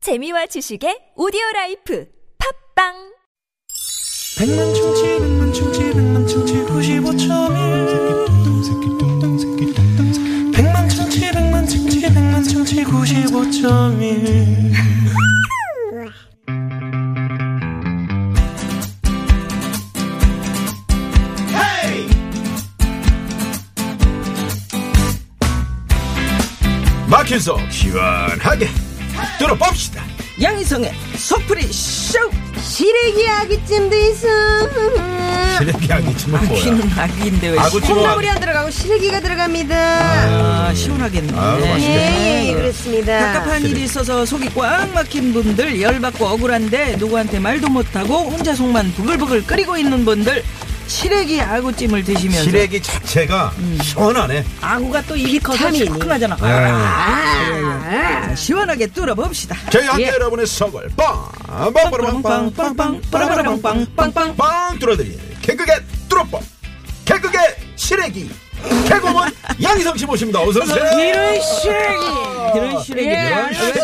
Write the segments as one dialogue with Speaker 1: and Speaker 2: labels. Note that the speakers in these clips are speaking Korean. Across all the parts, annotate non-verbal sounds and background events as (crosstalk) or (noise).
Speaker 1: 재미와 지식의 오디오 라이프 팝빵
Speaker 2: 백만 충치 백만 충치 백만 충치 95.1 백만 충치 백만 충치 백만 충치 95.1
Speaker 3: 막힌 속 시원하게 들어봅시다.
Speaker 4: 양희성의 속풀이 쇼!
Speaker 5: 시래기 아기찜도 있어.
Speaker 3: 쓰레기 아니지만 뭐야.
Speaker 4: 귀는 아기인데 왜
Speaker 3: 아구
Speaker 4: 시-
Speaker 3: 찜
Speaker 5: 콩나물이 안 들어가고 시래기가 들어갑니다.
Speaker 4: 아, 시원하겠네.
Speaker 3: 아우, 맛있겠다.
Speaker 5: 예, 예, 그렇습니다.
Speaker 4: 답답한 일이 있어서 속이 꽉 막힌 분들, 열받고 억울한데 누구한테 말도 못하고 혼자 속만 부글부글 끓이고 있는 분들, 시래기 아구찜을 드시면서
Speaker 3: 시래기 자체가 시원하네.
Speaker 4: 아구가 또 입이 커서
Speaker 5: 비타민이.
Speaker 4: 시원하잖아.
Speaker 3: 아.
Speaker 4: 아, 시원하게 뚫어봅시다.
Speaker 3: 저희 한테
Speaker 4: 예.
Speaker 3: 여러분의 속을 빵빵빵빵빵빵빵빵빵빵
Speaker 4: 빵빵빵빵빵빵빵
Speaker 3: 뚫어드리는 개그의 뚫어뻥 개그의 시래기 개그맨 양희성 씨 모십니다. 어서 오세요.
Speaker 4: 이런 시래기. 이런 시래기.
Speaker 5: 예,
Speaker 4: 왜-
Speaker 3: 시래기.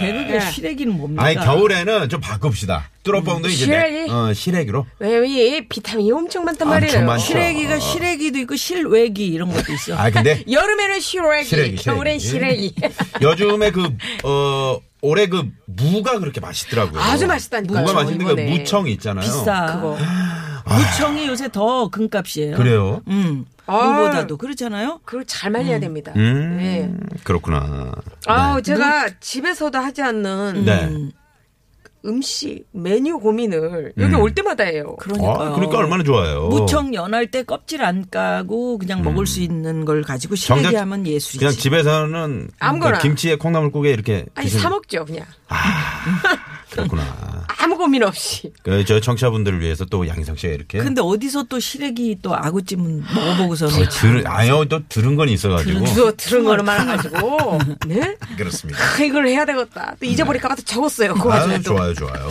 Speaker 4: 개그의
Speaker 5: 네.
Speaker 4: 시래기는 뭡니까?
Speaker 3: 네. 아니 겨울에는 좀 바꿉시다. 뚫어뻥도 이제
Speaker 5: 시래기?
Speaker 3: 내- 어, 시래기로.
Speaker 5: 왜요? 이 비타민이 엄청 많단
Speaker 3: 아, 엄청
Speaker 5: 말이에요.
Speaker 3: 많죠.
Speaker 4: 시래기가 시래기도 있고 실외기 이런 것도 있어.
Speaker 3: 어. 아 근데
Speaker 5: 여름에는 시래기,
Speaker 3: 시래기,
Speaker 5: 예,
Speaker 3: 예.
Speaker 5: 겨울엔
Speaker 3: 시래기.
Speaker 5: 시래기.
Speaker 3: (laughs) 요즘에 그, 어, 올해 그 무가 그렇게 맛있더라고요.
Speaker 5: 아주 맛있다니까요,
Speaker 3: 무가 맛있는 그
Speaker 5: 이번에.
Speaker 3: 무청 있잖아요.
Speaker 4: 비싸.
Speaker 5: 그거.
Speaker 4: 무청이 요새 더 금값이에요.
Speaker 3: 그래요?
Speaker 4: 음.
Speaker 5: 아.
Speaker 4: 무보다도 그렇잖아요.
Speaker 5: 그걸 잘 말려야 됩니다.
Speaker 3: 음,
Speaker 5: 예.
Speaker 3: 그렇구나.
Speaker 5: 아우 제가 집에서도 하지 않는
Speaker 3: 네.
Speaker 5: 음식 메뉴 고민을
Speaker 3: 음.
Speaker 5: 여기 올 때마다 해요.
Speaker 4: 그러니까요.
Speaker 3: 아, 그러니까 얼마나 좋아요.
Speaker 4: 무청 연할 때 껍질 안 까고 그냥 먹을 수 있는 걸 가지고 시래기
Speaker 3: 음. 정작
Speaker 4: 하면 예술이지.
Speaker 3: 그냥 집에서는
Speaker 5: 아무거나.
Speaker 3: 그 김치에 콩나물국에 이렇게
Speaker 5: 아니
Speaker 3: 드시는-
Speaker 5: 사 먹죠 그냥
Speaker 3: 아, 그렇구나.
Speaker 5: 아무 고민 없이.
Speaker 3: 그 저 청취자분들을 위해서 또 양희성 씨가 이렇게
Speaker 4: 근데 어디서 또 시래기 또 아구찜은 먹어보고서는
Speaker 3: 어, 들은 아유 또 들은 건 있어가지고
Speaker 5: 주워 들은 거는 (laughs) 많아가지고 네
Speaker 3: 그렇습니다. 네.
Speaker 5: 아, 이걸 해야 되겠다. 또 잊어버릴까봐 또 적었어요. 그 와중에
Speaker 3: 아유 네.
Speaker 5: 또.
Speaker 3: 좋아요 좋아요.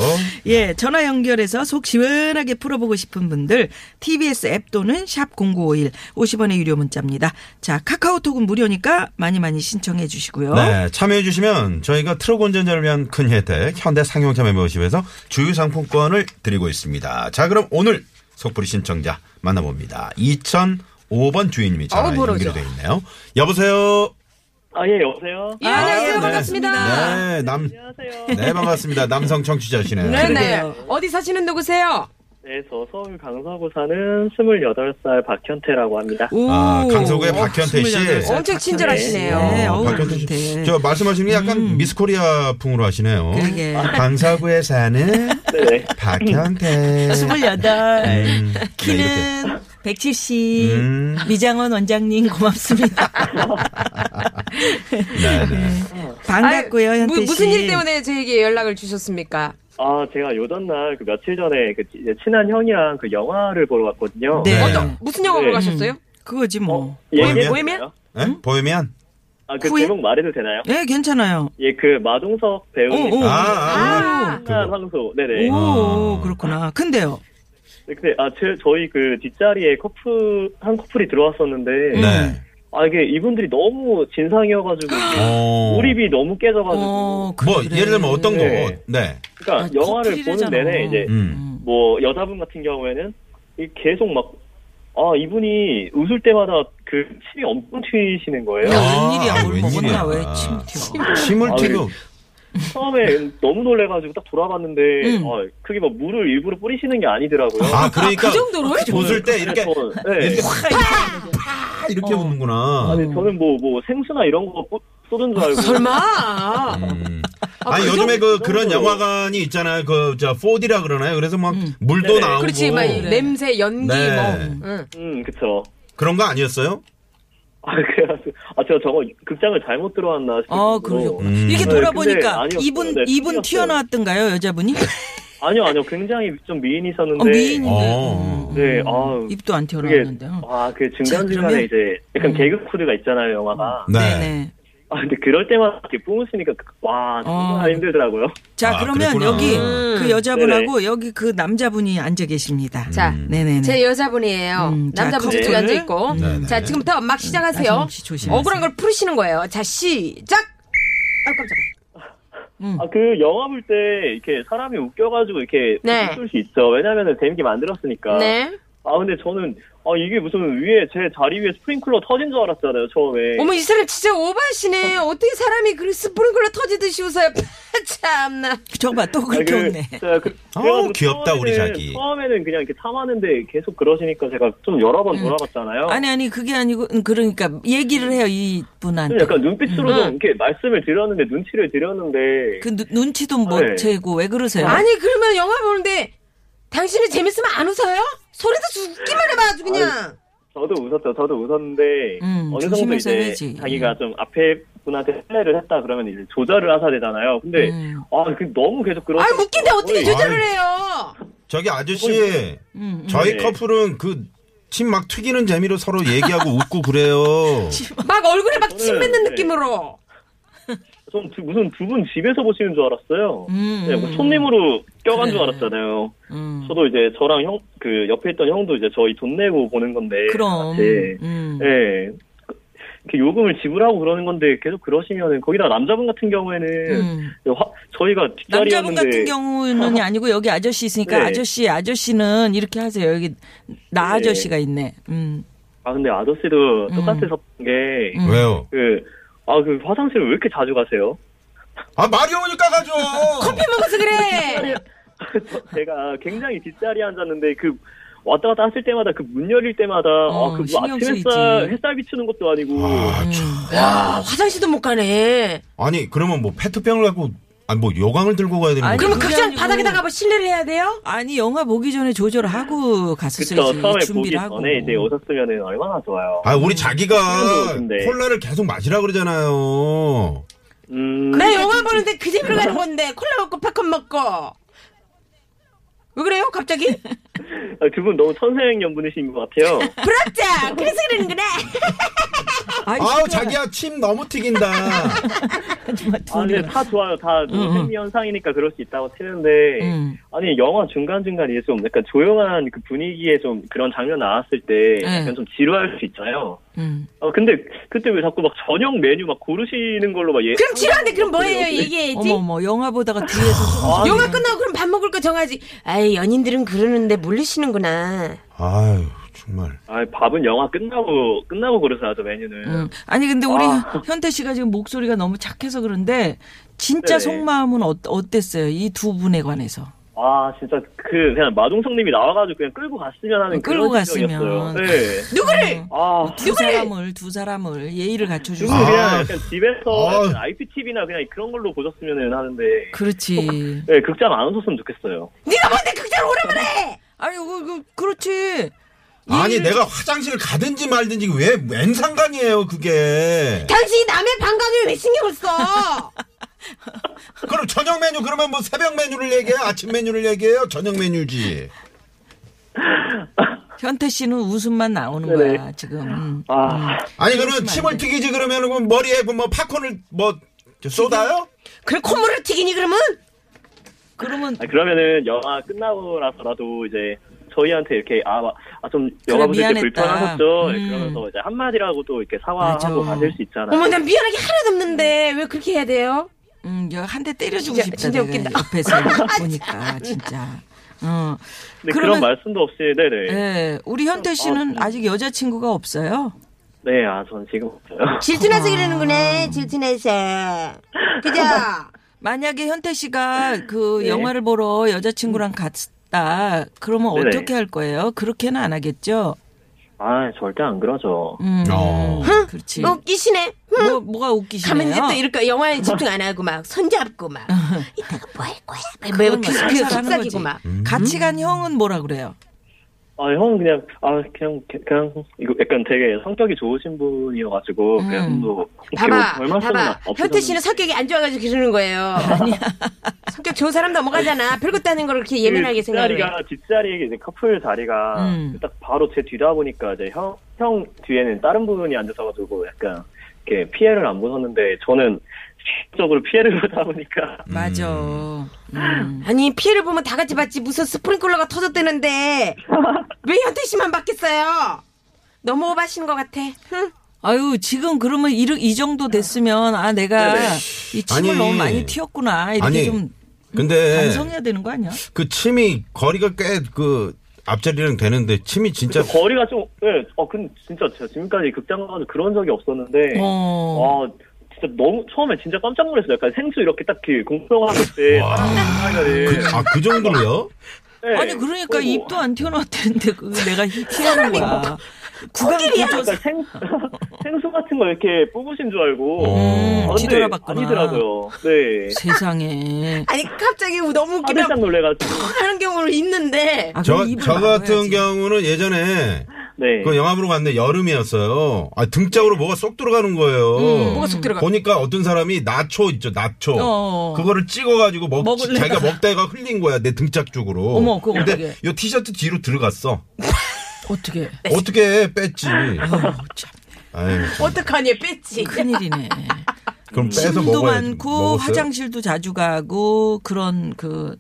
Speaker 4: 예, 전화 연결해서 속 시원하게 풀어보고 싶은 분들 TBS 앱 또는 샵 0951 50원의 유료 문자입니다. 자, 카카오톡은 무료니까 많이 많이 신청해
Speaker 5: 어?
Speaker 4: 주시고요.
Speaker 3: 네, 참여해주시면 저희가 트럭 운전자를 위한 큰 혜택 현대 상용차 멤버십에서 주유 상품권을 드리고 있습니다. 자, 그럼 오늘 속풀이 신청자 만나봅니다. 2005번 주인님이 전화
Speaker 5: 어우, 모르죠.
Speaker 3: 연결되어 있네요. 여보세요.
Speaker 6: 아, 예, 여보세요?
Speaker 5: 예, 안녕하세요.
Speaker 3: 아, 네.
Speaker 5: 반갑습니다.
Speaker 3: 네, 남,
Speaker 6: 안녕하세요.
Speaker 3: 네 반갑습니다. 남성 청취자시네요.
Speaker 5: 네네.
Speaker 4: 그러게요.
Speaker 5: 어디 사시는 누구세요?
Speaker 6: 네, 저 서울 강서구 사는 28살 박현태라고 합니다.
Speaker 4: 오, 어,
Speaker 3: 아, 강서구의 박현태 씨.
Speaker 4: 28살
Speaker 3: 네,
Speaker 5: 엄청
Speaker 4: 박현태.
Speaker 5: 친절하시네요.
Speaker 4: 네,
Speaker 3: 어,
Speaker 4: 어우,
Speaker 3: 박현태 씨.
Speaker 4: 박현태.
Speaker 3: 저 말씀하시는 게 약간 미스코리아풍으로 하시네요.
Speaker 4: 그러게.
Speaker 3: 강서구에 사는
Speaker 6: 네네.
Speaker 3: 박현태.
Speaker 4: 28.
Speaker 3: 음, 네, 이렇게.
Speaker 4: 키는 170.
Speaker 3: 음.
Speaker 4: 미장원 원장님 고맙습니다.
Speaker 3: 네, 네.
Speaker 4: (laughs) 반갑고요,
Speaker 5: 아유,
Speaker 4: 현태 씨.
Speaker 5: 무, 무슨 일 때문에 저에게 연락을 주셨습니까?
Speaker 6: 아, 제가 요전날 그 며칠 전에 그 지- 이제 친한 형이랑 그 영화를 보러 갔거든요.
Speaker 4: 네.
Speaker 3: 어떤-
Speaker 5: 무슨 영화 보러
Speaker 6: 네.
Speaker 5: 가셨어요?
Speaker 4: 그거지 뭐.
Speaker 6: 얘기해도
Speaker 3: 보헤미안?
Speaker 6: 되나요?
Speaker 3: 네? 보헤미안?
Speaker 6: 예. 아, 그
Speaker 4: 후에?
Speaker 6: 제목 말해도 되나요?
Speaker 4: 예, 괜찮아요.
Speaker 6: 예, 그 마동석 배우.
Speaker 4: 오, 오.
Speaker 3: 아, 아,
Speaker 5: 아,
Speaker 6: 친한 황소. 네네.
Speaker 4: 오,
Speaker 3: 아.
Speaker 4: 그렇구나. 근데요.
Speaker 6: 네, 근데, 아, 제, 저희 그 뒷자리에 커플, 한 커플이
Speaker 4: 음.
Speaker 6: 들어왔었는데.
Speaker 3: 네.
Speaker 6: 아, 이게 이분들이 너무 진상이어가지고.
Speaker 3: 어.
Speaker 6: 몰입이 너무 깨져가지고.
Speaker 3: 뭐
Speaker 4: 어, 그래.
Speaker 3: 예를 들면 어떤 거?
Speaker 6: 네.
Speaker 3: 네.
Speaker 6: 그러니까
Speaker 4: 아,
Speaker 6: 영화를 보는
Speaker 4: 커플이래잖아.
Speaker 6: 내내 이제
Speaker 3: 음.
Speaker 6: 뭐 여자분 같은 경우에는 이 계속 막 아, 이분이 웃을 때마다 그 침이 엄청 튀시는 거예요.
Speaker 4: 웬일이야,
Speaker 3: 아,
Speaker 4: 뭘
Speaker 3: 웬일이야.
Speaker 4: 먹었나, 왜침 튀어.
Speaker 3: 침을
Speaker 6: 아,
Speaker 3: 튀고
Speaker 6: 처음에 너무 놀래가지고 딱 돌아봤는데
Speaker 4: 음.
Speaker 6: 아, 그게 막 물을 일부러 뿌리시는 게 아니더라고요.
Speaker 3: 아 그러니까
Speaker 5: 그 정도로?
Speaker 3: 웃을 때 이렇게
Speaker 6: 저는, 네.
Speaker 3: 이렇게 팍 이렇게 웃는구나.
Speaker 6: 아니, 저는 뭐, 뭐 생수나 이런 거 쏟- 쏟은 줄 알고.
Speaker 5: 설마?
Speaker 3: 음.
Speaker 5: 아,
Speaker 3: 아니
Speaker 5: 그
Speaker 3: 요즘에
Speaker 6: 정도-
Speaker 3: 그 그런
Speaker 6: 정도로.
Speaker 3: 영화관이 있잖아요. 그저 4D라 그러나요? 그래서 막 물도
Speaker 6: 네네.
Speaker 3: 나오고
Speaker 5: 그렇지, 막 냄새, 연기,
Speaker 3: 네.
Speaker 5: 뭐. 응.
Speaker 6: 음, 그쵸.
Speaker 3: 그런 거 아니었어요?
Speaker 6: 아, (laughs) 그래가지고, 아, 제가 저거 극장을 잘못 들어왔나 싶어요.
Speaker 4: 어, 그러셨구나.
Speaker 3: 음.
Speaker 4: 이렇게
Speaker 3: 네,
Speaker 4: 돌아보니까
Speaker 6: 근데 아니었어요.
Speaker 4: 이분,
Speaker 6: 네,
Speaker 4: 이분
Speaker 6: 틀렸어요.
Speaker 4: 튀어나왔던가요, 여자분이?
Speaker 6: 아니요, 아니요. 굉장히 좀 미인이셨는데.
Speaker 4: 어, 미인인데.
Speaker 3: 어.
Speaker 4: 음.
Speaker 6: 네, 아
Speaker 4: 입도 안
Speaker 6: 그게
Speaker 4: 튀어나왔는데. 어.
Speaker 6: 아, 그
Speaker 4: 자, 그러면-
Speaker 6: 중간중간에 이제 약간 개그 코드가 있잖아요, 영화가.
Speaker 3: 음.
Speaker 4: 네네.
Speaker 6: 아, 근데 그럴 때마다 이렇게 뿜으시니까, 그- 와, 정말
Speaker 4: 어.
Speaker 6: 힘들더라고요.
Speaker 4: 자,
Speaker 3: 아,
Speaker 4: 그러면
Speaker 3: 그랬구나.
Speaker 4: 여기 그 여자분하고
Speaker 6: 네네.
Speaker 4: 여기 그 남자분이 앉아
Speaker 3: 음.
Speaker 4: 계십니다.
Speaker 5: 자,
Speaker 4: 네네.
Speaker 5: 제 여자분이에요.
Speaker 4: 음, 자,
Speaker 5: 남자분 저쪽에
Speaker 4: 커플.
Speaker 5: 앉아있고.
Speaker 3: 네, 네.
Speaker 5: 자, 지금부터 막 시작하세요.
Speaker 4: 나선홍 씨 조심하세요.
Speaker 5: 억울한 걸 풀으시는 거예요. 자, 시작! 아, 깜짝아.
Speaker 4: 음.
Speaker 6: 아, 그 영화 볼 때 이렇게 사람이 웃겨가지고 이렇게
Speaker 5: 네.
Speaker 6: 웃을 수 있죠. 왜냐면은 재밌게 만들었으니까.
Speaker 5: 네.
Speaker 6: 아, 근데 저는, 아, 이게 무슨 위에, 제 자리 위에 스프링클러 터진 줄 알았잖아요,
Speaker 4: 네.
Speaker 6: 처음에.
Speaker 5: 어머 이 사람 진짜 오바시네. 어떻게 사람이 그 스프링클러 터지듯이 웃어요. 아, 참나.
Speaker 4: 저봐 또
Speaker 6: 아,
Speaker 4: 그렇게 웃네.
Speaker 6: 제가 그,
Speaker 3: 어우,
Speaker 6: 그래가지고
Speaker 3: 귀엽다, 우리
Speaker 6: 처음에는-
Speaker 3: 자기.
Speaker 6: 처음에는 그냥 이렇게 참았는데 계속 그러시니까 제가 좀 여러 번 돌아봤잖아요.
Speaker 4: 아니 아니 그게 아니고 음, 그러니까 얘기를 해요 이
Speaker 6: 좀
Speaker 4: 분한테.
Speaker 6: 약간 눈빛으로
Speaker 5: 음.
Speaker 6: 좀 이렇게 말씀을 드렸는데, 눈치를 드렸는데.
Speaker 4: 그 누- 눈치도 못
Speaker 6: 네.
Speaker 4: 채고 왜 그러세요?
Speaker 5: 아니 그러면 영화 보는데 당신이 재밌으면 안 웃어요? 소리도 죽기만 해봐 아주 그냥.
Speaker 6: 저도 웃었죠. 저도 웃었는데
Speaker 4: 음,
Speaker 6: 어느 정도
Speaker 4: 조심해서
Speaker 6: 이제
Speaker 4: 해야지. 예.
Speaker 6: 자기가 좀 앞에 분한테 신뢰를 했다 그러면 이제 조절을 하셔야 되잖아요. 근데
Speaker 4: 음.
Speaker 6: 아, 그 너무 계속 그러.
Speaker 5: 아 웃긴데 어떻게
Speaker 6: 거의-
Speaker 5: 조절을 해요?
Speaker 3: 저기 아저씨,
Speaker 4: 음,
Speaker 3: 저희
Speaker 6: 네.
Speaker 3: 커플은 그 침 막 튀기는 재미로 서로 얘기하고 웃고 그래요.
Speaker 5: 막 얼굴에 막 침 뱉는
Speaker 6: 네.
Speaker 5: 느낌으로.
Speaker 6: 좀 두- 무슨 두 분 집에서 보시는 줄 알았어요.
Speaker 4: 음,
Speaker 6: 네, 뭐 손님으로 껴간 줄 알았잖아요.
Speaker 4: 음.
Speaker 6: 저도 이제 저랑 형 그 옆에 있던 형도 이제 저희 돈 내고 보는 건데.
Speaker 4: 그럼.
Speaker 6: 네.
Speaker 4: 음.
Speaker 6: 네. 이렇게 요금을 지불하고 그러는 건데 계속 그러시면은 거기다 남자분 같은 경우에는
Speaker 4: 음.
Speaker 6: 화- 저희가
Speaker 4: 남자분
Speaker 6: 뒷자리였는데
Speaker 4: 같은 경우는 아니고 여기 아저씨 있으니까
Speaker 6: 네.
Speaker 4: 아저씨 아저씨는 이렇게 하세요. 여기 나
Speaker 6: 네.
Speaker 4: 아저씨가 있네. 음.
Speaker 6: 아 근데 아저씨도
Speaker 4: 음.
Speaker 6: 똑같아서 게
Speaker 4: 음.
Speaker 3: 왜요?
Speaker 6: 그, 아, 그 화장실 왜 이렇게 자주 가세요? (laughs)
Speaker 3: 아 말이 오니까 가죠. 커피
Speaker 5: 먹어서 그래.
Speaker 6: 제가 굉장히 뒷자리에 앉았는데 그 왔다 갔다 했을 때마다 그 문 열릴 때마다
Speaker 4: 어,
Speaker 6: 아, 그뭐
Speaker 4: 신경
Speaker 6: 아침
Speaker 4: 쓰이지.
Speaker 6: 햇살, 햇살 비추는 것도 아니고
Speaker 4: 음.
Speaker 3: 아, 참.
Speaker 5: 와 화장실도 못 가네.
Speaker 3: 아니 그러면 뭐 페트병을 갖고 아니 뭐 요강을 들고 가야 되는 거예요?
Speaker 4: 아니,
Speaker 5: 그러면 극장
Speaker 4: 아니고.
Speaker 5: 바닥에다가 뭐 실례를 해야 돼요?
Speaker 4: 아니 영화 보기 전에 조절하고
Speaker 6: 그쵸
Speaker 4: 갔었어야지
Speaker 6: 처음에 보기
Speaker 4: 준비를 하고.
Speaker 6: 전에 이제 오셨으면은 얼마나 좋아요.
Speaker 3: 아 우리 자기가
Speaker 6: 근데.
Speaker 3: 콜라를 계속 마시라 그러잖아요.
Speaker 6: 음,
Speaker 5: 나 영화 보는데 그 재미로 가는 건데 콜라 먹고 팝콘 먹고. 왜 그래요? 갑자기?
Speaker 6: 아, 두 분 너무 천생연분이신 것
Speaker 4: (laughs)
Speaker 6: 같아요.
Speaker 5: 부럽다. 그래서 그러는구나.
Speaker 4: 아이,
Speaker 3: 아우 자기야 침 너무
Speaker 4: (laughs)
Speaker 3: 튀긴다.
Speaker 4: 정말
Speaker 6: 아, 근데
Speaker 4: 둘이.
Speaker 6: 다 좋아요. 다 노세미 현상이니까 그럴 수 있다고 치는데
Speaker 4: 음.
Speaker 6: 아니 영화 중간 중간에 좀 약간 조용한 그 분위기에 좀 그런 장면 나왔을 때
Speaker 4: 네.
Speaker 6: 약간 좀 지루할 수 있잖아요.
Speaker 4: 음.
Speaker 6: 어 근데 그때 왜 자꾸 막 저녁 메뉴 막 고르시는 걸로 막 예.
Speaker 4: (laughs)
Speaker 5: 그럼 지루한데 그럼 뭐예요? 얘기해야지.
Speaker 4: 어머 어머 영화 보다가 뒤에서 소리
Speaker 6: 아,
Speaker 5: 영화 끝나고 그럼 밥 먹을 거 정하지. 아이 연인들은 그러는데 몰리시는구나.
Speaker 3: 아유 정말.
Speaker 6: 아 밥은 영화 끝나고 끝나고 고르셔야죠 메뉴는.
Speaker 4: 음. 아니 근데 우리
Speaker 6: 아.
Speaker 4: 현- 현태 씨가 지금 목소리가 너무 착해서 그런데 진짜
Speaker 6: 네네.
Speaker 4: 속마음은 어, 어땠어요? 이 두 분에 관해서.
Speaker 6: 아 진짜 그 그냥 마동석님이 나와가지고 그냥 끌고 갔으면 하는
Speaker 4: 어, 끌고
Speaker 6: 그런
Speaker 4: 갔으면.
Speaker 6: 심정이었어요. 네.
Speaker 5: 누구를?
Speaker 6: 아.
Speaker 4: 두 사람을 두 사람을 예의를 갖춰주고.
Speaker 6: 지금 그냥
Speaker 3: 아.
Speaker 6: 약간 집에서
Speaker 3: 아.
Speaker 6: 약간 IPTV나 그냥 그런 걸로 보셨으면은 하는데
Speaker 4: 그렇지.
Speaker 6: 네, 극장 안 오셨으면 좋겠어요.
Speaker 5: 네가 뭔데 극장 오라고 해.
Speaker 4: 아니 그, 그, 그렇지.
Speaker 3: 아니
Speaker 4: 예의를-
Speaker 3: 내가 화장실 가든지 말든지 왜웬 상관이에요 그게.
Speaker 5: 당신이 남의 방광을 왜 신경을 써?
Speaker 3: 그럼 저녁 메뉴 그러면 뭐 새벽 메뉴를 얘기해요? 아침 메뉴를 얘기해요? 저녁 메뉴지.
Speaker 4: 현태 씨는 웃음만 나오는
Speaker 6: 네네.
Speaker 4: 거야 지금. 음.
Speaker 6: 아.
Speaker 3: 아니 그러면 침을 튀기지 그러면 은 머리에 뭐 팝콘을 뭐저 쏟아요?
Speaker 5: (laughs) 그럼 콧물을 튀기니 그러면?
Speaker 4: 그러면
Speaker 6: 아, 그러면은 영화 끝나고 나서라도 이제 저희한테 이렇게 아좀 영화 보실 때
Speaker 4: 미안했다.
Speaker 6: 불편하셨죠? 네,
Speaker 4: 음.
Speaker 6: 그러면서 이제 한마디라고 또 이렇게 사과하고
Speaker 4: 맞아.
Speaker 6: 가실 수 있잖아요.
Speaker 5: 어머 난 미안하게 하나도 없는데 왜 그렇게 해야 돼요?
Speaker 4: 음, 한 대 때려주고
Speaker 5: 진짜-
Speaker 4: 싶다.
Speaker 5: 진짜
Speaker 4: 내가
Speaker 5: 웃긴다.
Speaker 4: 옆에서 보니까 진짜. 어.
Speaker 6: 근데 네, 그런 말씀도 없이
Speaker 4: 예,
Speaker 6: 네네. 네,
Speaker 4: 우리 현태 씨는 아직 여자친구가 없어요.
Speaker 6: 아, 전 지금 없어요. (laughs)
Speaker 5: 질투나서 이러는구나 질투나서. (laughs) 그죠?
Speaker 4: 만약에 현태
Speaker 5: 아,
Speaker 4: 씨가 그
Speaker 5: 네.
Speaker 4: 영화를 보러
Speaker 5: 음.
Speaker 4: 여자친구랑 갔다 그러면
Speaker 6: 네네.
Speaker 4: 어떻게 할 거예요? 그렇게는 안 하겠죠.
Speaker 6: 아, 절대 안 그러죠.
Speaker 4: 음,
Speaker 3: 어.
Speaker 4: 그렇지.
Speaker 5: 너 웃기시네.
Speaker 4: 뭐 뭐가 웃기시네요.
Speaker 5: 가면 이제 또 이렇게 영화에 집중 안 하고 막 손잡고 (laughs) 막 이따가 뭐 할 거야? 막
Speaker 4: 그건
Speaker 5: 이렇게
Speaker 4: 뭐 살살
Speaker 5: 그
Speaker 4: 하는 거지.
Speaker 5: 속삭이고 막.
Speaker 3: 음.
Speaker 4: 같이 간 형은 뭐라 그래요?
Speaker 6: 아, 형은 그냥 아 그냥 그냥 이거 약간 되게 성격이 좋으신 분이어가지고
Speaker 4: 음.
Speaker 6: 그냥 뭐 이렇게
Speaker 5: 봐봐,
Speaker 6: 얼마 쓰는
Speaker 5: 봐봐. 현태 씨는 성격이 안 좋아가지고 그러는 거예요. 성격 좋은 사람 넘어가잖아. 별것도 아닌 걸 그렇게 예민하게 생각해.
Speaker 6: 뒷자리가 뒷자리에 이제 커플 자리가
Speaker 4: 음.
Speaker 6: 딱 바로 제 뒤다 보니까 이제 형 형 뒤에는 다른 분이 앉으셔가지고 약간 이렇게 피해를 안 보셨는데 저는 적으로 피해를 (laughs) 보다 보니까
Speaker 4: 맞아. 음.
Speaker 5: 아니 피해를 보면 다 같이 봤지 무슨 스프링클러가
Speaker 6: (laughs)
Speaker 5: 터졌대는데 왜 현태 씨만 봤겠어요? 너무 오바신 것 같아. 흥.
Speaker 4: 아유 지금 그러면 이르- 이 정도 됐으면 아 내가 이 침을
Speaker 3: 네. 아니,
Speaker 4: 너무 많이 튀었구나 이렇게
Speaker 3: 아니, 네.
Speaker 4: 좀
Speaker 3: 근데
Speaker 4: 반성해야 되는 거 아니야?
Speaker 3: 그 침이 거리가 꽤 그 앞자리랑 되는데 침이 진짜
Speaker 6: 그래서 거리가 좀, 예, 어, 근데 진짜 제가 지금까지 극장 가서 그런 적이 없었는데,
Speaker 4: 어.
Speaker 6: 아, 진짜 너무, 처음에 진짜 깜짝 놀랐어요. 약간 생수 이렇게 딱 이렇게 공평하고 때,
Speaker 3: 그, 아, 그 정도로요?
Speaker 6: 예,
Speaker 4: 아니 그러니까
Speaker 6: 그리고
Speaker 4: 입도 안 튀어나왔는데 그 내가 히- 튀어나온
Speaker 5: 뭐
Speaker 4: 거야. 뭐 구강 구조
Speaker 6: 약간 생, (laughs) 생수 같은 거 이렇게 뽑으신 줄 알고,
Speaker 4: 음,
Speaker 6: 아, 근데
Speaker 4: 뒤돌아봤구나.
Speaker 6: 아니더라고요. 네.
Speaker 4: 세상에.
Speaker 5: 아니 갑자기 너무
Speaker 6: 아,
Speaker 5: 웃기다
Speaker 6: 깜짝 놀래가지고,
Speaker 5: 하는 경우는 있는데
Speaker 4: 아,
Speaker 3: 저,
Speaker 4: 그럼 입을
Speaker 3: 저 같은
Speaker 4: 막아야지.
Speaker 3: 경우는 예전에
Speaker 6: 네.
Speaker 3: 그 영화 보러 갔는데 여름이었어요. 아, 등짝으로 뭐가 쏙 들어가는 거예요.
Speaker 4: 음,
Speaker 5: 뭐가 쏙 들어가
Speaker 3: 보니까 어떤 사람이 나초 있죠, 나초.
Speaker 4: 어.
Speaker 3: 그거를 찍어가지고 먹,
Speaker 4: 먹을래?
Speaker 3: 자기가 먹다가 흘린 거야, 내 등짝 쪽으로.
Speaker 4: 어머, 그거
Speaker 3: 근데
Speaker 4: 어떡해.
Speaker 3: 이 티셔츠 뒤로 들어갔어.
Speaker 4: 어떻게?
Speaker 3: 어떻게 뺐지?
Speaker 4: 네. 아유, 참
Speaker 3: 아유, 참.
Speaker 5: 어떡하니 뺐지
Speaker 4: 그 큰일이네.
Speaker 3: 그럼 빼서
Speaker 4: 침도
Speaker 3: 먹어야지.
Speaker 4: 많고
Speaker 3: 먹었어요?
Speaker 4: 화장실도 자주 가고 그런 그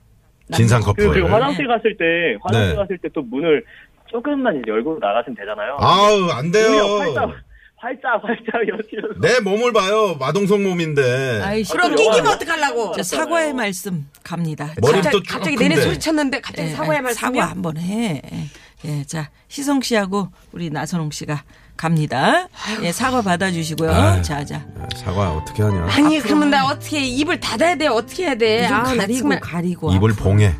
Speaker 3: 진상
Speaker 6: 그리고, 그리고
Speaker 3: 커플.
Speaker 6: 화장실 갔을 때, 화장실
Speaker 3: 네.
Speaker 6: 갔을 때 또 문을 조금만 이제 열고 나가시면 되잖아요.
Speaker 3: 아우, 안
Speaker 6: 문이
Speaker 3: 돼요.
Speaker 6: 활짝, 활짝, 활짝 열시면서.
Speaker 3: 내 몸을 봐요. 마동석 몸인데.
Speaker 4: 아이 씨.
Speaker 5: 그럼 끼기면 어떡하려고
Speaker 4: 자, 사과의 말씀 갑니다.
Speaker 3: 네. 머리-
Speaker 4: 자,
Speaker 5: 갑자기,
Speaker 3: 또
Speaker 5: 갑자기
Speaker 3: 큰데.
Speaker 5: 내내 소리쳤는데 갑자기
Speaker 4: 예,
Speaker 5: 사과의 말씀
Speaker 4: 사과 한번 해. 예, 예, 자 희성 씨하고 우리 나선홍 씨가 갑니다. 예, 사과 받아주시고요.
Speaker 3: 아유.
Speaker 4: 자, 자.
Speaker 3: 사과 어떻게 하냐?
Speaker 5: 아니 그러면 나 어떻게 입을 닫아야 돼 어떻게 해야 돼
Speaker 4: 좀
Speaker 5: 예, 아나
Speaker 4: 가리고
Speaker 5: 정말
Speaker 4: 가리고
Speaker 3: 입을 봉해.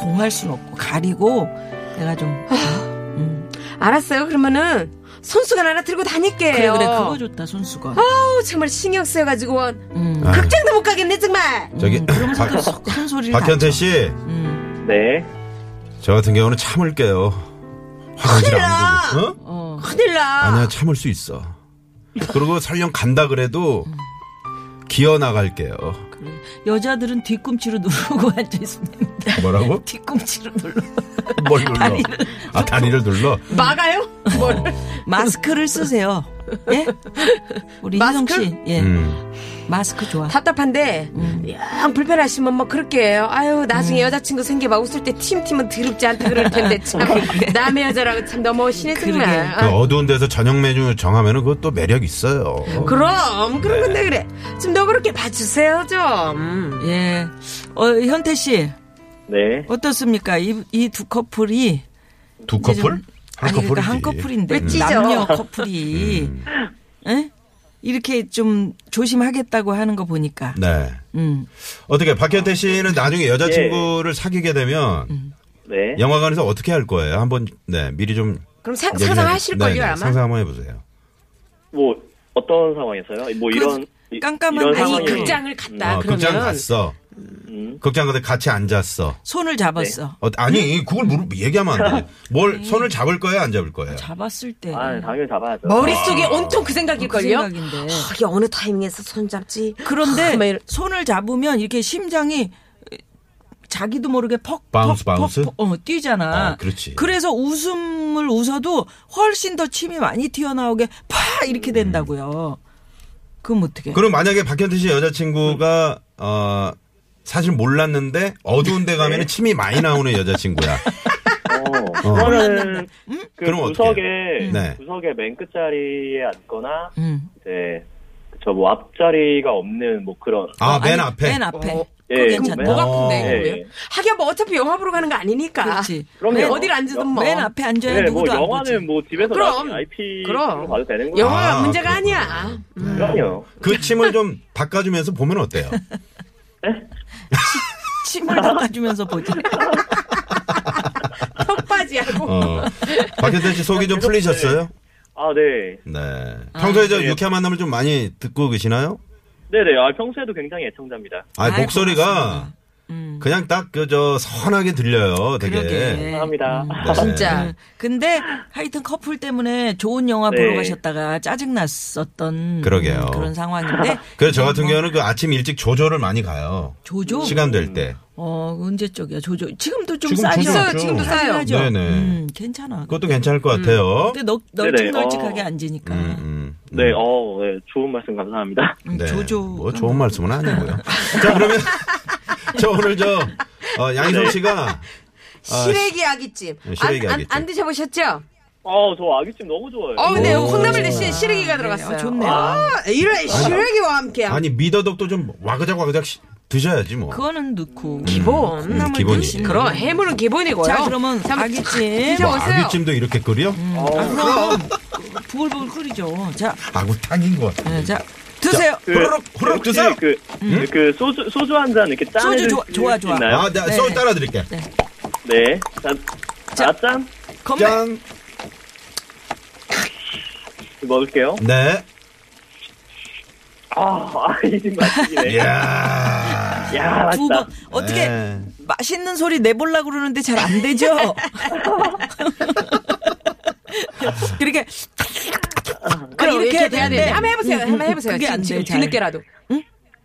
Speaker 4: 봉할 순 없고 가리고 내가 좀 아,
Speaker 5: 알았어요 그러면은 손수건 하나 들고
Speaker 4: 그래
Speaker 5: 다닐게요
Speaker 4: 그래 그거 좋다 손수건.
Speaker 5: 아우 정말 신경 쓰여가지고
Speaker 4: 음.
Speaker 3: 아유,
Speaker 5: 극장도 못 가겠네 정말
Speaker 3: 저기
Speaker 4: 음, 그러면서 또
Speaker 3: 박,
Speaker 4: 속- 손소리를
Speaker 3: 박현태
Speaker 4: 다쳐.
Speaker 3: 씨,
Speaker 4: 음,
Speaker 6: 네.
Speaker 3: 저 같은 경우는 참을게요. 화장실 안
Speaker 5: 큰일
Speaker 3: 가고. 어?
Speaker 4: 어.
Speaker 5: 큰일 나
Speaker 3: 아니야 참을 수 있어. 그리고 설령 간다 그래도 기어 나갈게요.
Speaker 4: 그래. 여자들은 뒤꿈치로 누르고 (laughs) 앉아 있으면 돼.
Speaker 3: 뭐라고?
Speaker 4: (laughs) 뒤꿈치로 눌러.
Speaker 3: 뭘 눌러? 아 다리를 눌러.
Speaker 5: 막아요?
Speaker 4: 어. 마스크를 쓰세요. 예? 우리 희성
Speaker 5: 마스크?
Speaker 4: 씨. 예.
Speaker 3: 음.
Speaker 4: 마스크 좋아.
Speaker 5: 답답한데
Speaker 4: 음.
Speaker 5: 영 불편하시면 뭐 그렇게 해요. 아유 나중에 여자친구 생겨봐 웃을 때 팀팀은 더럽지 않다 그럴 텐데 참 남의 여자라고 참 너무 신해 정말.
Speaker 4: 어, 그러게.
Speaker 3: 그
Speaker 5: 아,
Speaker 3: 어두운 데서 저녁 메뉴 정하면은 그것도 매력 있어요.
Speaker 5: 그럼 그런
Speaker 3: 네.
Speaker 5: 건데 그래. 좀 너 그렇게 봐주세요 좀.
Speaker 4: 예. 어, 현태 씨.
Speaker 6: 네.
Speaker 4: 어떻습니까? 이 이 두 커플이
Speaker 3: 두 커플? 한
Speaker 4: 아니
Speaker 3: 커플이지. 음.
Speaker 4: 그러니까 한 커플인데
Speaker 5: 왜 찢어?
Speaker 4: 남녀 커플이 예? 이렇게 좀 조심하겠다고 하는 거 보니까
Speaker 3: 네.
Speaker 4: 음.
Speaker 3: 어떻게 박현태 씨는 나중에 여자친구를 사귀게 되면
Speaker 4: 음.
Speaker 6: 네.
Speaker 3: 영화관에서 어떻게 할 거예요? 한번 네 미리 좀
Speaker 5: 그럼 상,
Speaker 3: 얘기해-
Speaker 5: 상상하실걸요
Speaker 3: 네, 네,
Speaker 5: 아마.
Speaker 3: 상상 한번 해보세요.
Speaker 6: 뭐, 어떤 상황에서요? 뭐 이런. 이-
Speaker 4: 깜깜한
Speaker 6: 이런
Speaker 4: 아니,
Speaker 5: 아니
Speaker 6: 상황이-
Speaker 5: 극장을 갔다
Speaker 3: 어,
Speaker 5: 그러면
Speaker 3: 극장 갔어.
Speaker 6: 음.
Speaker 3: 극장 가서 같이 앉았어.
Speaker 4: 손을 잡았어.
Speaker 3: 어,
Speaker 5: 음?
Speaker 3: 아니 그걸 물어 얘기하면 안 돼.
Speaker 5: (laughs)
Speaker 3: 뭘 손을 잡을 거예요, 안 잡을 거예요?
Speaker 4: 잡았을 때
Speaker 6: 아, 당연히 잡아야죠.
Speaker 4: 뭐?
Speaker 5: 머릿속에 온통 그
Speaker 4: 그
Speaker 5: 생각일걸요?
Speaker 4: 생각인데.
Speaker 5: 아, 이게 어느 타이밍에서 손 잡지? 아, 막
Speaker 4: 그런데
Speaker 5: 이런-
Speaker 4: 손을 잡으면 이렇게 심장이 자기도 모르게 퍽,
Speaker 3: 바운스,
Speaker 4: 퍽,
Speaker 3: 바운스?
Speaker 4: 퍽, 퍽, 어, 뛰잖아.
Speaker 3: 어, 그렇지.
Speaker 4: 그래서 웃음을 웃어도 훨씬 더 침이 많이 튀어나오게 파 이렇게 된다고요. 그럼 어떻게?
Speaker 3: 그럼 만약에 박현태 씨 여자친구가 어 사실 몰랐는데 어두운 데
Speaker 5: 네.
Speaker 3: 가면 은 침이 많이 나오는
Speaker 5: (laughs)
Speaker 3: 여자친구야.
Speaker 6: 어. 그러면은,
Speaker 4: 음?
Speaker 6: 그
Speaker 3: 그럼
Speaker 6: 구석에,
Speaker 3: 네.
Speaker 6: 구석에 맨 끝자리에 앉거나,
Speaker 4: 음.
Speaker 6: 이제, 저 뭐 앞자리가 없는 뭐 그런.
Speaker 3: 아 맨
Speaker 4: 아니,
Speaker 3: 앞에.
Speaker 4: 맨 앞에.
Speaker 5: 어,
Speaker 4: 그거
Speaker 6: 예,
Speaker 5: 그럼
Speaker 4: 괜찮다.
Speaker 6: 맨
Speaker 5: 뭐가 아픈데
Speaker 3: 어.
Speaker 5: 그러면? 하긴 뭐 어차피 영화 보러 가는 거 아니니까.
Speaker 4: 그렇지.
Speaker 6: 그럼요.
Speaker 5: 맨 어디를 앉으든 뭐.
Speaker 4: 맨 앞에 앉아야
Speaker 3: 예,
Speaker 6: 네, 뭐
Speaker 4: 누구도 안 보지.
Speaker 6: 영화는 뭐 집에서
Speaker 5: 그럼.
Speaker 6: 나중에 IP
Speaker 5: 그럼.
Speaker 6: 로 봐도 되는 거예요.
Speaker 5: 영화가
Speaker 3: 아,
Speaker 5: 문제가
Speaker 3: 그렇구나.
Speaker 5: 아니야. 음.
Speaker 6: 그럼요.
Speaker 3: 그 침을 좀 닦아주면서 보면 어때요?
Speaker 4: 침을
Speaker 3: (laughs)
Speaker 4: 닦아주면서 보지.
Speaker 5: 턱받이하고.
Speaker 3: 어. 박현태 씨 속이 좀 풀리셨어요?
Speaker 6: 아, 네.
Speaker 3: 네. 평소에 저
Speaker 5: 아,
Speaker 6: 네.
Speaker 3: 유쾌한 만남을 좀 많이 듣고 계시나요?
Speaker 6: 네네. 아, 평소에도 굉장히 애청자입니다.
Speaker 3: 아
Speaker 4: 아이,
Speaker 3: 목소리가
Speaker 4: 고맙습니다. 음.
Speaker 3: 그냥 딱 그 저 선하게 들려요. 되게.
Speaker 4: 그러게.
Speaker 6: 감사합니다.
Speaker 3: 네.
Speaker 5: 진짜.
Speaker 4: 음. 근데 하여튼 커플 때문에 좋은 영화
Speaker 6: 네.
Speaker 4: 보러 가셨다가 짜증 났었던
Speaker 3: 그러게요.
Speaker 4: 그런 상황인데
Speaker 3: 그래서 저 같은
Speaker 4: 뭐
Speaker 3: 경우는 그 아침 일찍 조조를 많이 가요.
Speaker 4: 조조
Speaker 3: 시간 될 때.
Speaker 4: 어 언제 쪽이야 조조 지금도 좀
Speaker 3: 지금
Speaker 4: 싸죠
Speaker 3: 조조
Speaker 5: 있어요,
Speaker 3: 없죠.
Speaker 5: 지금도 싸요.
Speaker 4: 싸죠
Speaker 3: 네네.
Speaker 4: 음, 괜찮아
Speaker 3: 그것도 괜찮을 것 같아요.
Speaker 4: 근데 넉,
Speaker 6: 네네,
Speaker 4: 널찍널찍하게
Speaker 6: 어.
Speaker 4: 앉으니까
Speaker 3: 음, 음, 음.
Speaker 6: (laughs) 네, 어, 네, 좋은 말씀 감사합니다. (laughs)
Speaker 4: 음,
Speaker 3: 네,
Speaker 4: 조조
Speaker 3: 뭐 좋은 말씀은 아니고요.
Speaker 4: (laughs)
Speaker 3: 자 그러면 (laughs) 저 오늘 저
Speaker 4: 네.
Speaker 3: 어, 양희성 씨가 아,
Speaker 5: 시래기 아기찜.
Speaker 3: 네,
Speaker 5: 안,
Speaker 3: 시래기
Speaker 5: 안,
Speaker 3: 아귀찜.
Speaker 5: 안 드셔보셨죠?
Speaker 6: 어, 저 아귀찜 너무 좋아해요.
Speaker 5: 어, 근데
Speaker 3: 오.
Speaker 5: 콩나물 대신 시래기가
Speaker 4: 아,
Speaker 5: 들어갔어요.
Speaker 4: 좋네요.
Speaker 7: 이런 시래기와 함께
Speaker 3: 아니 미더덕도 좀 와그작 와그작 시- 드셔야지 뭐.
Speaker 4: 그거는 넣고.
Speaker 5: 기본.
Speaker 3: 음, 기본이지.
Speaker 5: 그럼 해물은 기본이고요.
Speaker 4: 자, 그러면
Speaker 5: 한번
Speaker 4: 아귀찜.
Speaker 3: 뭐
Speaker 5: 드셔보세요.
Speaker 3: 아귀찜도 이렇게 끓여?
Speaker 4: 아, 그럼 부글부글 끓이죠. 자,
Speaker 3: 아구탕인 것 같아.
Speaker 4: 네, 자 드세요.
Speaker 6: 그,
Speaker 3: 호로록, 호로록
Speaker 6: 혹시
Speaker 3: 드세요.
Speaker 6: 그, 그 소주 소주 한 잔 이렇게 짠
Speaker 4: 음? 소주
Speaker 6: 해줄
Speaker 4: 좋아-
Speaker 6: 수
Speaker 4: 좋아, 좋아.
Speaker 6: 있나요?
Speaker 3: 아, 나
Speaker 4: 네.
Speaker 3: 소주 따라 드릴게.
Speaker 6: 네. 자, 아, 짠
Speaker 4: 건배.
Speaker 3: 짠.
Speaker 6: 먹을게요.
Speaker 3: 네.
Speaker 6: 아, (laughs) 아, 이집 맛이네.
Speaker 3: 예. 이야.
Speaker 6: 야,
Speaker 4: 두
Speaker 6: 맛있다.
Speaker 4: 번 어떻게
Speaker 3: 네.
Speaker 4: 맛있는 소리 내보려고 그러는데 잘 안 되죠? 이렇게
Speaker 5: 그럼
Speaker 4: 이렇게
Speaker 5: 이렇게 돼야
Speaker 4: 되는데.
Speaker 5: 돼. 한번 해보세요.
Speaker 4: 음, 음,
Speaker 5: 한번 해보세요.
Speaker 4: 그게 안
Speaker 5: 지금
Speaker 4: 돼요, 잘.
Speaker 5: 뒤늦게라도.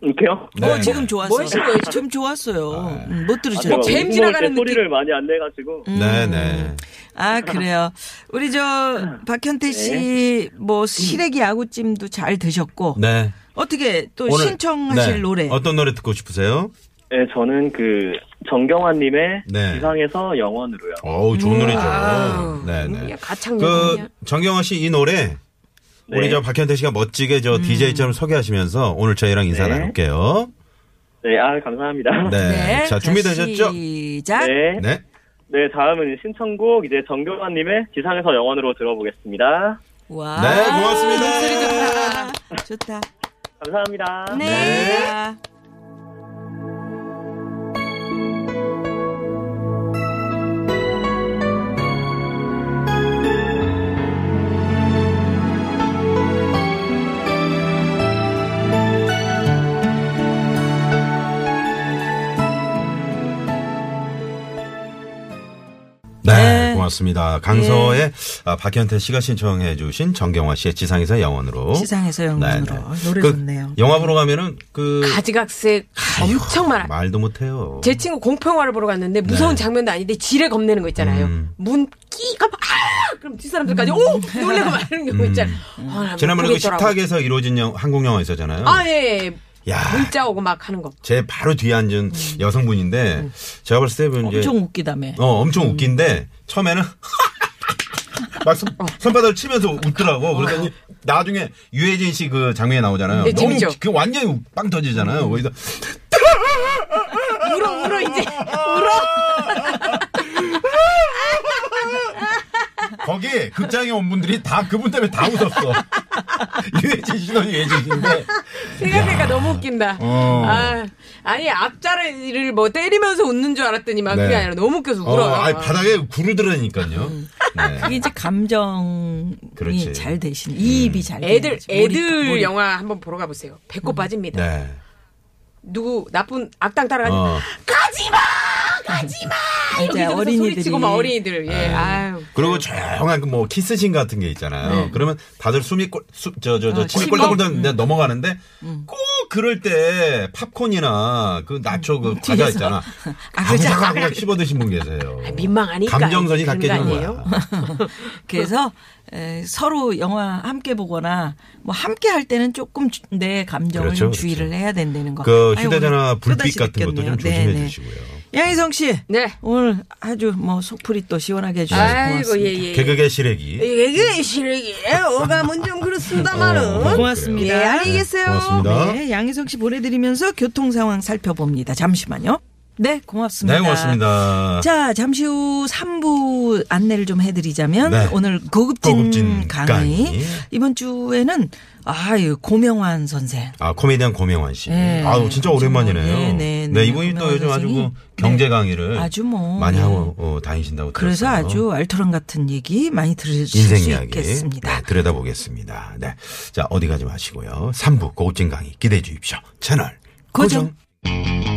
Speaker 6: 이렇게요?
Speaker 3: 네, 아,
Speaker 4: 어
Speaker 3: 네.
Speaker 4: 지금 좋았어.
Speaker 5: 뭐 하신 거예요,
Speaker 4: 지금 좋았어요. 음, 못 들으셨죠?
Speaker 6: 제가
Speaker 5: 뱀
Speaker 6: 운동할
Speaker 5: 지나가는
Speaker 6: 때 소리를 아, 뭐 많이 안 내가지고.
Speaker 3: 음. 네네.
Speaker 4: 아 그래요. 우리 저 박현태 씨 뭐 시래기 아구찜도 잘 드셨고
Speaker 3: 네.
Speaker 4: 어떻게 또
Speaker 3: 오늘,
Speaker 4: 신청하실
Speaker 3: 네.
Speaker 4: 노래
Speaker 3: 어떤 노래 듣고 싶으세요?
Speaker 6: 네, 저는 그 정경환님의
Speaker 3: 네.
Speaker 6: 지상에서 영원으로요.
Speaker 3: 어우,
Speaker 4: 음.
Speaker 3: 좋은 노래죠.
Speaker 5: 아우,
Speaker 3: 네네.
Speaker 5: 가창력.
Speaker 3: 그, 정경화 씨 이 노래,
Speaker 6: 네.
Speaker 3: 우리 저 박현태 씨가 멋지게
Speaker 4: 음.
Speaker 3: 저 DJ처럼 소개하시면서 오늘 저희랑 인사
Speaker 6: 네.
Speaker 3: 나눌게요.
Speaker 6: 네, 아
Speaker 4: 음.
Speaker 6: 감사합니다.
Speaker 3: 네. 자, 준비되셨죠?
Speaker 4: 시작.
Speaker 6: 네.
Speaker 3: 네.
Speaker 6: 네, 다음은 신청곡 이제 정경환님의 지상에서 영원으로 들어보겠습니다.
Speaker 4: 와.
Speaker 3: 네, 고맙습니다.
Speaker 4: 목소리 좋다. 좋다.
Speaker 6: 감사합니다.
Speaker 4: 네.
Speaker 3: 네,
Speaker 4: 네.
Speaker 3: 고맙습니다. 강서의 아, 박현태 씨가 신청해 주신 정경화 씨의 지상에서 영원으로.
Speaker 4: 시상에서 영문으로 노래
Speaker 3: 그
Speaker 4: 좋네요.
Speaker 3: 영화 보러 가면은 그
Speaker 5: 가지각색 엄청 많아.
Speaker 3: 말도 못 해요.
Speaker 5: 제 친구 공포영화를 보러 갔는데 무서운 장면도 아닌데 지레 겁내는 거 있잖아요.
Speaker 3: 네. 음.
Speaker 5: 문 끼가 아 그럼 뒷사람들까지 오 놀래고 말하는 경우 있잖아요. 아, 나
Speaker 3: 지난번에 그
Speaker 5: 모르겠더라고.
Speaker 3: 식탁에서 이루어진 영, 한국 영화 있었잖아요.
Speaker 5: 아 예. 예.
Speaker 3: 야.
Speaker 5: 문자 오고 막 하는 거.
Speaker 3: 제 바로 뒤에 앉은
Speaker 5: 음.
Speaker 3: 여성분인데 제가 봤을 때뭐 이제
Speaker 4: 엄청 웃기다며.
Speaker 3: 어 엄청 웃긴데 처음에는 (laughs) 막 손,
Speaker 5: 어.
Speaker 3: 바닥을 치면서 웃더라고. 그러더니 나중에 유해진 씨 그 장면에 나오잖아요.
Speaker 5: 네,
Speaker 3: 너무
Speaker 5: 재밌죠? 음.
Speaker 3: 웃기- 그 완전히 우- 빵 터지잖아요. 거기서
Speaker 5: 울어
Speaker 3: (laughs)
Speaker 5: 울어 이제.
Speaker 3: 거기 극장에 온 분들이 다 그분 때문에 다 웃었어. (laughs) 유해진 씨도 유해진 씨인데
Speaker 5: 생각하니까 너무 웃긴다.
Speaker 3: 어.
Speaker 5: 아, 아니 앞자리를 뭐 때리면서 웃는 줄 알았더니 막
Speaker 3: 네.
Speaker 5: 그게 아니라 너무 웃겨서
Speaker 3: 어,
Speaker 5: 울어요.
Speaker 3: 아니, 바닥에 구르더라니까요.
Speaker 5: 음.
Speaker 3: 네.
Speaker 4: 이게 이제 감정이
Speaker 3: 그렇지. 음.
Speaker 4: 잘 되신 이입이 잘 되는
Speaker 5: 애들
Speaker 4: 거지. 몰입,
Speaker 5: 애들
Speaker 4: 몰입.
Speaker 5: 영화 한번 보러 가보세요. 배꼽 빠집니다.
Speaker 3: 네.
Speaker 5: 누구 나쁜 악당 따라가는
Speaker 3: 어.
Speaker 5: 가지마 가지마
Speaker 4: 이제
Speaker 5: 여기저기서
Speaker 4: 어린이들이.
Speaker 5: 소리치고 막 어린이들 예 아유
Speaker 3: 네. 그리고 조용한 그뭐 키스신 같은 게 있잖아요.
Speaker 4: 네.
Speaker 3: 그러면 다들 숨이
Speaker 4: 어,
Speaker 3: 꼴저저저 침이
Speaker 5: 침이
Speaker 3: 꼴깍꼴깍
Speaker 4: 음.
Speaker 3: 그냥 넘어가는데 꼭 그럴 때 popcorn이나 그 나초 그 과자
Speaker 4: 뒤에서.
Speaker 3: 있잖아.
Speaker 4: 아, 그렇죠. 아,
Speaker 3: 아그작아그작 씹어 드신 분 계세요.
Speaker 5: 민망하니까
Speaker 3: 감정선이
Speaker 5: 그런
Speaker 3: 닿게
Speaker 5: 거
Speaker 3: 되는
Speaker 5: 아니에요?
Speaker 3: 거야.
Speaker 4: 그래서 에, 서로 영화 함께 보거나 뭐 함께 할 때는 조금 주- 내 감정을
Speaker 3: 그렇죠,
Speaker 4: 좀 주의를
Speaker 3: 그렇죠.
Speaker 4: 해야 된다는 거.
Speaker 3: 그
Speaker 4: 아유,
Speaker 3: 휴대전화
Speaker 4: 오늘
Speaker 3: 불빛
Speaker 4: 또다시
Speaker 3: 같은 것도
Speaker 4: 느꼈네요.
Speaker 3: 좀 조심해
Speaker 4: 네, 네.
Speaker 3: 주시고요.
Speaker 4: 양희성 씨.
Speaker 5: 네.
Speaker 4: 오늘 아주 뭐 속풀이 또 시원하게 해주셔서
Speaker 5: 아이고
Speaker 4: 고맙습니다.
Speaker 5: 예예
Speaker 3: 개그의
Speaker 4: 네,
Speaker 3: 시래기.
Speaker 7: 개그의 시래기 어감은 좀
Speaker 3: 어,
Speaker 7: 그렇습니다만은
Speaker 4: 고맙습니다.
Speaker 7: 예 안녕히 계세요
Speaker 3: 고맙습니다.
Speaker 4: 네, 양희성 씨 보내드리면서 교통 상황 살펴봅니다. 잠시만요. 네, 고맙습니다.
Speaker 3: 네, 고맙습니다.
Speaker 4: 자, 잠시 후 3부 안내를 좀 해드리자면
Speaker 3: 네.
Speaker 4: 오늘 고급진,
Speaker 3: 고급진
Speaker 4: 강의.
Speaker 3: 강의.
Speaker 4: 이번 주에는 아유 고명환 선생.
Speaker 3: 아, 코미디언 고명환 씨.
Speaker 4: 네.
Speaker 3: 아우, 진짜
Speaker 4: 아주
Speaker 3: 오랜만이네요.
Speaker 4: 뭐, 네,
Speaker 3: 네,
Speaker 4: 네, 네.
Speaker 3: 이분이 또
Speaker 4: 고명환
Speaker 3: 요즘 아주
Speaker 4: 선생이.
Speaker 3: 뭐 경제
Speaker 4: 네.
Speaker 3: 강의를
Speaker 4: 아주 뭐,
Speaker 3: 많이
Speaker 4: 네.
Speaker 3: 하고 어, 다니신다고
Speaker 4: 그래서
Speaker 3: 들었어요.
Speaker 4: 아주 알토란 같은 얘기 많이 들으실
Speaker 3: 인생
Speaker 4: 수
Speaker 3: 이야기
Speaker 4: 있겠습니다.
Speaker 3: 네, 들여다보겠습니다. 네. 자, 어디 가지 마시고요. 3부 고급진 강의 기대해 주십시오. 채널
Speaker 4: 고정.
Speaker 3: 고정.